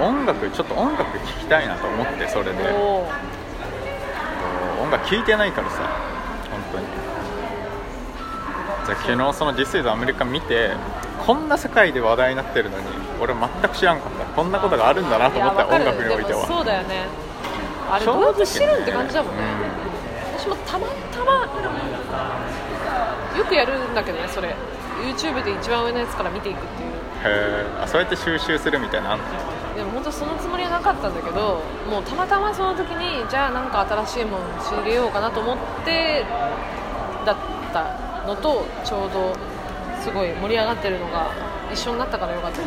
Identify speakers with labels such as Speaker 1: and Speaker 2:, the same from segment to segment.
Speaker 1: 音楽ちょっと音楽聴きたいなと思ってそれでこ
Speaker 2: おー
Speaker 1: う音楽聴いてないからさ本当にじゃあ昨日その「This is アメリカ」見てこんな世界で話題になってるのに俺全く知らんかったこんなことがあるんだなと
Speaker 2: い
Speaker 1: 思
Speaker 2: や
Speaker 1: った
Speaker 2: わか
Speaker 1: 音
Speaker 2: る
Speaker 1: 楽において
Speaker 2: でも
Speaker 1: は
Speaker 2: そうだよねあれ
Speaker 1: 正
Speaker 2: ど
Speaker 1: 直
Speaker 2: うやって知るんって感じだもんね
Speaker 1: ね
Speaker 2: 私もたまたまよくやるんだけどねそれ YouTube で一番上のやつから見ていくっていう
Speaker 1: うんへーあそうやって収集するみたいなのあんの
Speaker 2: でも本当そのつもりはなかったんだけどもうたまたまその時にじゃあなんか新しいもの仕入れようかなと思ってだったのとちょうどすごい盛り上がってるのが一緒になったからよかった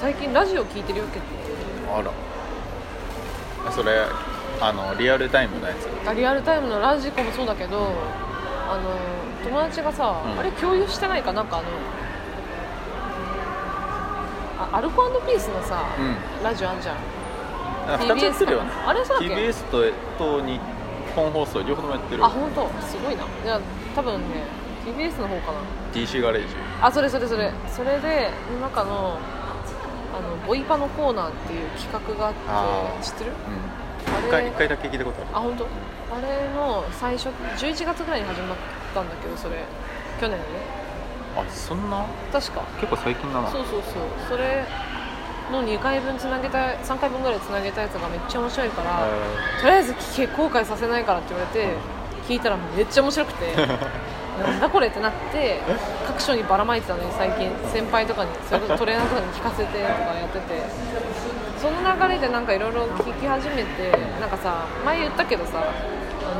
Speaker 2: 最近ラジオ聞いてるよけ
Speaker 1: あらそれあのリアルタイムのやつ
Speaker 2: あリアルタイムのラジコもそうだけどあの友達がさ、
Speaker 1: うん
Speaker 2: あれ共有してないかなんかあのあアルコピースのさ、
Speaker 1: う
Speaker 2: ラジオあんじゃん
Speaker 1: なんか2つやってるよね
Speaker 2: TBS かなあれそうだっけ
Speaker 1: TBS とと日本放送両方ともやってる
Speaker 2: あ本当すごいなじゃあ多分ね TBS の方か
Speaker 1: DC ガレージ
Speaker 2: なあそれそれそれそれでその中のあのボイパのコーナーっていう企画があ
Speaker 1: あ
Speaker 2: って
Speaker 1: ー
Speaker 2: 知ってる
Speaker 1: うん一
Speaker 2: あ
Speaker 1: 回
Speaker 2: れ
Speaker 1: 一回だけ聞いたことあ
Speaker 2: あ本当あれの最初11月ぐらいに始まったんだけどそれ去年ね
Speaker 1: るあそんな
Speaker 2: 確か
Speaker 1: 結構最近だな
Speaker 2: そうそうそうそれの2回分つなげた3回分ぐらいつなげたやつがめっちゃ面白いから、
Speaker 1: へ
Speaker 2: とりあえず聞け後悔させないからって言われて聞いたらめっちゃ面白く てなんだこれってなって各所にばらまいてたのに最近先輩とかにそれこそトレーナーとかに聞かせてとかやっててその流れでなんかいろいろ聞き始めてなんかさ前言ったけどさ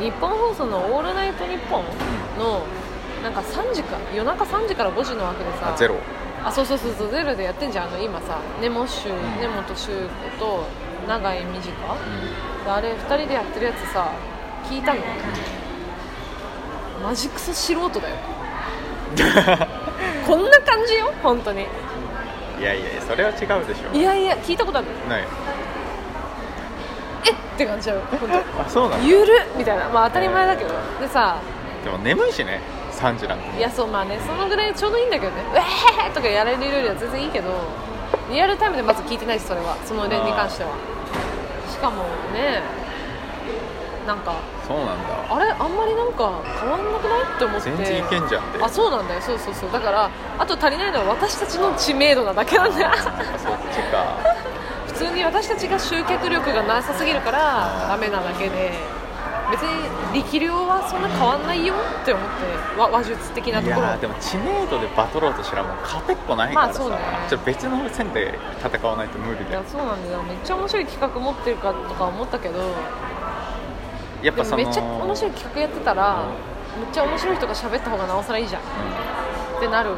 Speaker 2: 日本放送の「オールナイトニッポン」のなんか3時か夜中3時から5時の枠でさ
Speaker 1: あゼロ
Speaker 2: あそうそうそうそうゼロでやってんじゃんあの今さ根本修根本修子と永井美智香であれ2人でやってるやつさ聞いたのマジクソ素人だよ こんな感じよ本当に
Speaker 1: いやいやそれは違うでし
Speaker 2: い
Speaker 1: ょ
Speaker 2: やいや聞いたことある
Speaker 1: ない
Speaker 2: えっって感じだよ本当
Speaker 1: あそうなの
Speaker 2: ゆるっみたいなまあ当たり前だけどでさ
Speaker 1: でも眠いしね3時なんて
Speaker 2: いやそうまあねそのぐらいちょうどいいんだけどねうえーとかやれるよりは全然いいけどリアルタイムでまず聞いてないしそれはその例に関してはしかもねなんか
Speaker 1: そうなんだ
Speaker 2: あれあんまりなんか変わんなくないって思って
Speaker 1: 全然いけんじゃんって
Speaker 2: あそうなんだよそうそうそうだからあと足りないのは私たちの知名度なだけなんだよ
Speaker 1: あそっちか
Speaker 2: 普通に私たちが集客力がなさすぎるからダメなだけで別に力量はそんな変わんないよって思ってわ話術的なと
Speaker 1: い
Speaker 2: ころ
Speaker 1: やでも知名度でバトろうとしたらもう勝てっこないからさ、
Speaker 2: まあそうね
Speaker 1: ちょっと別の線で戦わないと無理
Speaker 2: い
Speaker 1: で
Speaker 2: やそうなんだよめっちゃ面白い企画持ってるかとか思ったけど
Speaker 1: やっ
Speaker 2: で
Speaker 1: ぱ
Speaker 2: も
Speaker 1: その
Speaker 2: めっちゃ面白い企画やってたらめっちゃ面白い人が喋った方がなおさらいいじゃんってなる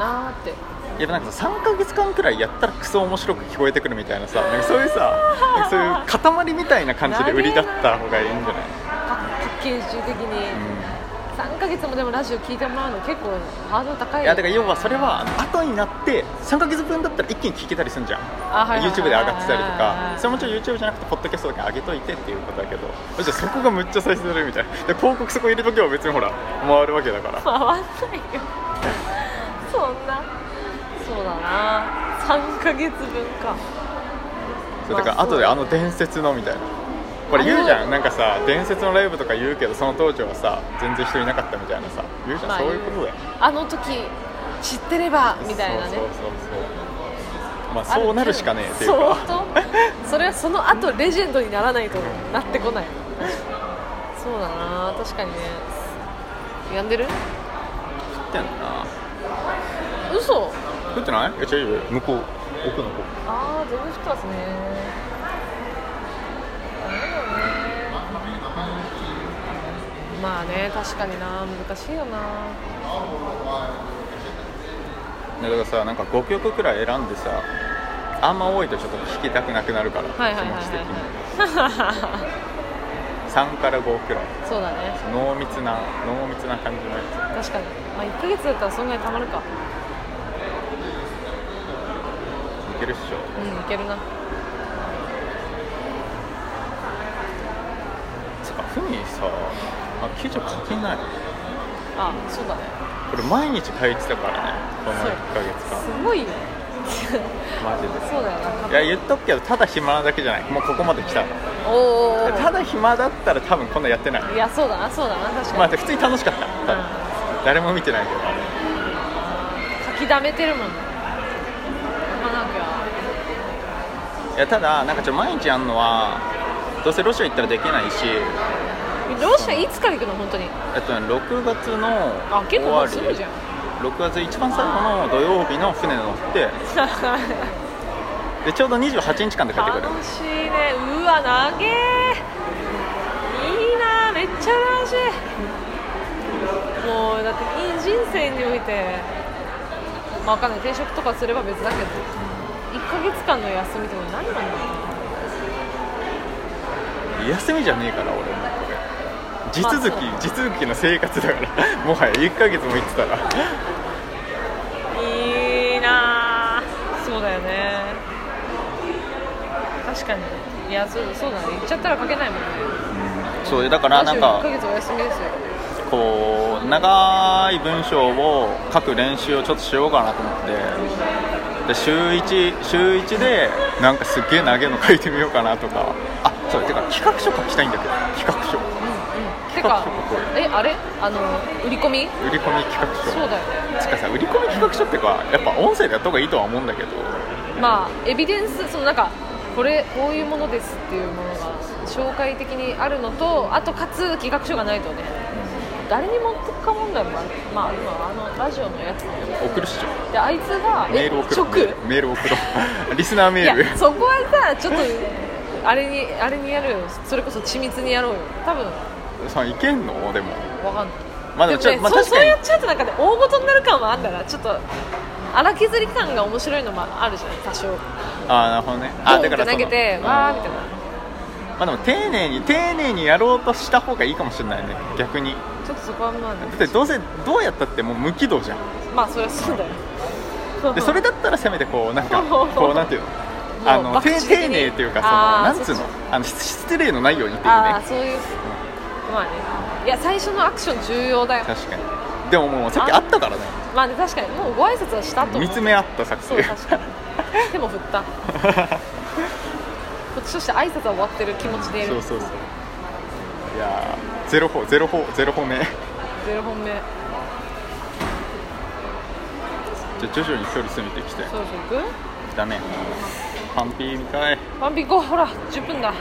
Speaker 2: なーって
Speaker 1: やっぱなんかさ3ヶ月間くらいやったらクソ面白く聞こえてくるみたいなさなんかそういうさなんかそういう塊みたいな感じで売りだった方がいいんじゃない、
Speaker 2: パッケージ的に3ヶ月もでもラジオ聞いてもらうの結構ハードル
Speaker 1: うん、
Speaker 2: 高いよ
Speaker 1: いやだから要はそれは後になって3ヶ月分だったら一気に聞けたりするんじゃん、
Speaker 2: あはいはいはい
Speaker 1: YouTube で上がってたりと
Speaker 2: はいはい
Speaker 1: か
Speaker 2: はい
Speaker 1: それもちろん YouTube じゃなくてポッドキャストとか上げといてっていうことだけどむしろそこがむっちゃ再生されるみたいなで広告そこ入れとけば別にほら回るわけだから
Speaker 2: 回んないよそんなそうだな3ヶ月分か
Speaker 1: そうだか
Speaker 2: ま
Speaker 1: ら
Speaker 2: あそう
Speaker 1: 後であの伝説のみたいなこれ言うじ
Speaker 2: あ
Speaker 1: ゃん
Speaker 2: の
Speaker 1: なんかさ伝説のライブとか言うけどその当時はさ全然人いなかったみたいなさ言うじゃん、
Speaker 2: まあ
Speaker 1: そういうことだよ
Speaker 2: あの時知ってればみたいな
Speaker 1: そう
Speaker 2: ね
Speaker 1: そうそうそうまあそうなるしかねえっていうか
Speaker 2: 相当それはその後レジェンドにならないとなってこないそうだな確かにねやんでる
Speaker 1: 食ってんな
Speaker 2: 嘘
Speaker 1: 食ってないえちょいいよ向こう奥の方
Speaker 2: ああ全部太ったっすねまあね確かにな難しいよな
Speaker 1: だからさなんか5曲くらい選んでさあんま多いとちょっと聞きたくなくなるから、
Speaker 2: はいはいはい
Speaker 1: 気持ち的に
Speaker 2: はい
Speaker 1: 3から5くらい
Speaker 2: そうだね
Speaker 1: 濃密な濃密な感じのやつ
Speaker 2: 確かにまあ1ヶ月だったらそんぐらいたまるか
Speaker 1: いけるっしょ
Speaker 2: うんいけるな
Speaker 1: つうかふみさあ救助書けない
Speaker 2: あそうだね
Speaker 1: これ毎日書いてたからねこの1ヶ月間
Speaker 2: す ごいね
Speaker 1: マジで
Speaker 2: そうだよない
Speaker 1: や言っとくけどただ暇なだけじゃないもうここまで来た
Speaker 2: おおーお
Speaker 1: ただ暇だったら多分こんなやってない
Speaker 2: ーいやそうだなそうだな確かに、
Speaker 1: まあ普通に楽しかったただ誰も見てないけど
Speaker 2: うん、書きだめてるもんねまあなんか
Speaker 1: いやただなんかちょ毎日やるのはどうせロシア行ったらできないし
Speaker 2: ロシアいつから行くの本当に
Speaker 1: えっとね6月の
Speaker 2: あ
Speaker 1: 終
Speaker 2: 結構も
Speaker 1: わ
Speaker 2: うすぐ
Speaker 1: り
Speaker 2: じゃん
Speaker 1: 6月一番最後の土曜日の船乗ってでちょうど28日間で帰ってくる
Speaker 2: 楽しいねうわ長えいいなめっちゃ羨ましいもうだっていい人生においてまあわかんない転職とかすれば別だけど1ヶ月間の休みってこれ何なんだろ
Speaker 1: 休みじゃねえから俺もこれ地続き、
Speaker 2: まあ
Speaker 1: 地続きの生活だから もはや1ヶ月も行ってたら
Speaker 2: ういいなそうだよね確かにいやそうそうだね行っちゃったら書けないもんね
Speaker 1: そうだからなん
Speaker 2: 1ヶ
Speaker 1: か
Speaker 2: 月お休みですよ
Speaker 1: こう長い文章を書く練習をちょっとしようかなと思ってで週1週1でなんかすっげえ投げの書いてみようかなとかあそうてか企画書書きたいんだけど企画書
Speaker 2: てかえあれあの売り込み
Speaker 1: 売り込み企画書
Speaker 2: そうだよね
Speaker 1: つかさ売り込み企画書ってかやっぱ音声でやった方がいいとは思うんだけど
Speaker 2: まあエビデンスそのなんかこれこういうものですっていうものが紹介的にあるのとあとかつ企画書がないとね誰に持ってくか問題もあるまあ今あのラジオのやつ
Speaker 1: 送るっしょ
Speaker 2: であいつが
Speaker 1: メール送ろう
Speaker 2: 直
Speaker 1: メール送ろう リスナーメー
Speaker 2: い
Speaker 1: ル
Speaker 2: やそこはさちょっとあれにあれにやるよそれこそ緻密にやろうよ多分
Speaker 1: さいけんのでも
Speaker 2: わかんない
Speaker 1: まあで
Speaker 2: で
Speaker 1: もちょまあ
Speaker 2: もね、そう
Speaker 1: 確
Speaker 2: そう
Speaker 1: か
Speaker 2: やっ
Speaker 1: に
Speaker 2: ちゃうとなんかね大ごとになる感はあんだなちょっと荒削り感が面白いのもあるじゃない多少
Speaker 1: ああなるほどね
Speaker 2: あ
Speaker 1: あ
Speaker 2: だ
Speaker 1: だ
Speaker 2: か
Speaker 1: から
Speaker 2: ら
Speaker 1: そ
Speaker 2: 投
Speaker 1: の
Speaker 2: げて
Speaker 1: うん
Speaker 2: わーみたいな
Speaker 1: まあでも丁寧に丁寧にやろうとした方がいいかもしれないね逆に
Speaker 2: ちょっとそこはまあね
Speaker 1: だってどうせどうやったってもう無軌道じゃん
Speaker 2: まあそりゃそうだよ
Speaker 1: でそれだったらせめてこうなんか こうなんていうの
Speaker 2: う
Speaker 1: あの
Speaker 2: 爆
Speaker 1: 丁
Speaker 2: 打ち的
Speaker 1: 丁
Speaker 2: に
Speaker 1: 寧っていうかそ
Speaker 2: あー
Speaker 1: のなんつう
Speaker 2: そ
Speaker 1: の
Speaker 2: っ
Speaker 1: あの失失礼のないようにっていう
Speaker 2: ああ
Speaker 1: ね
Speaker 2: そういうまあねいや最初のアクション重要だよ
Speaker 1: 確かにでももうさっきあったからね
Speaker 2: まあね確かにもうご挨拶はしたと思う
Speaker 1: 見つめ合ったさっき
Speaker 2: そう確かに手も振ったこっちとして挨拶は終わってる気持ちでい
Speaker 1: そう
Speaker 2: る
Speaker 1: そうそういやーゼロ歩ゼロ歩ゼロ歩目じゃ
Speaker 2: ゼロ本目
Speaker 1: あ徐々に距離詰めてきて
Speaker 2: そうそう行く
Speaker 1: だねパンピーみたい
Speaker 2: ワンピ行こうほら10分だ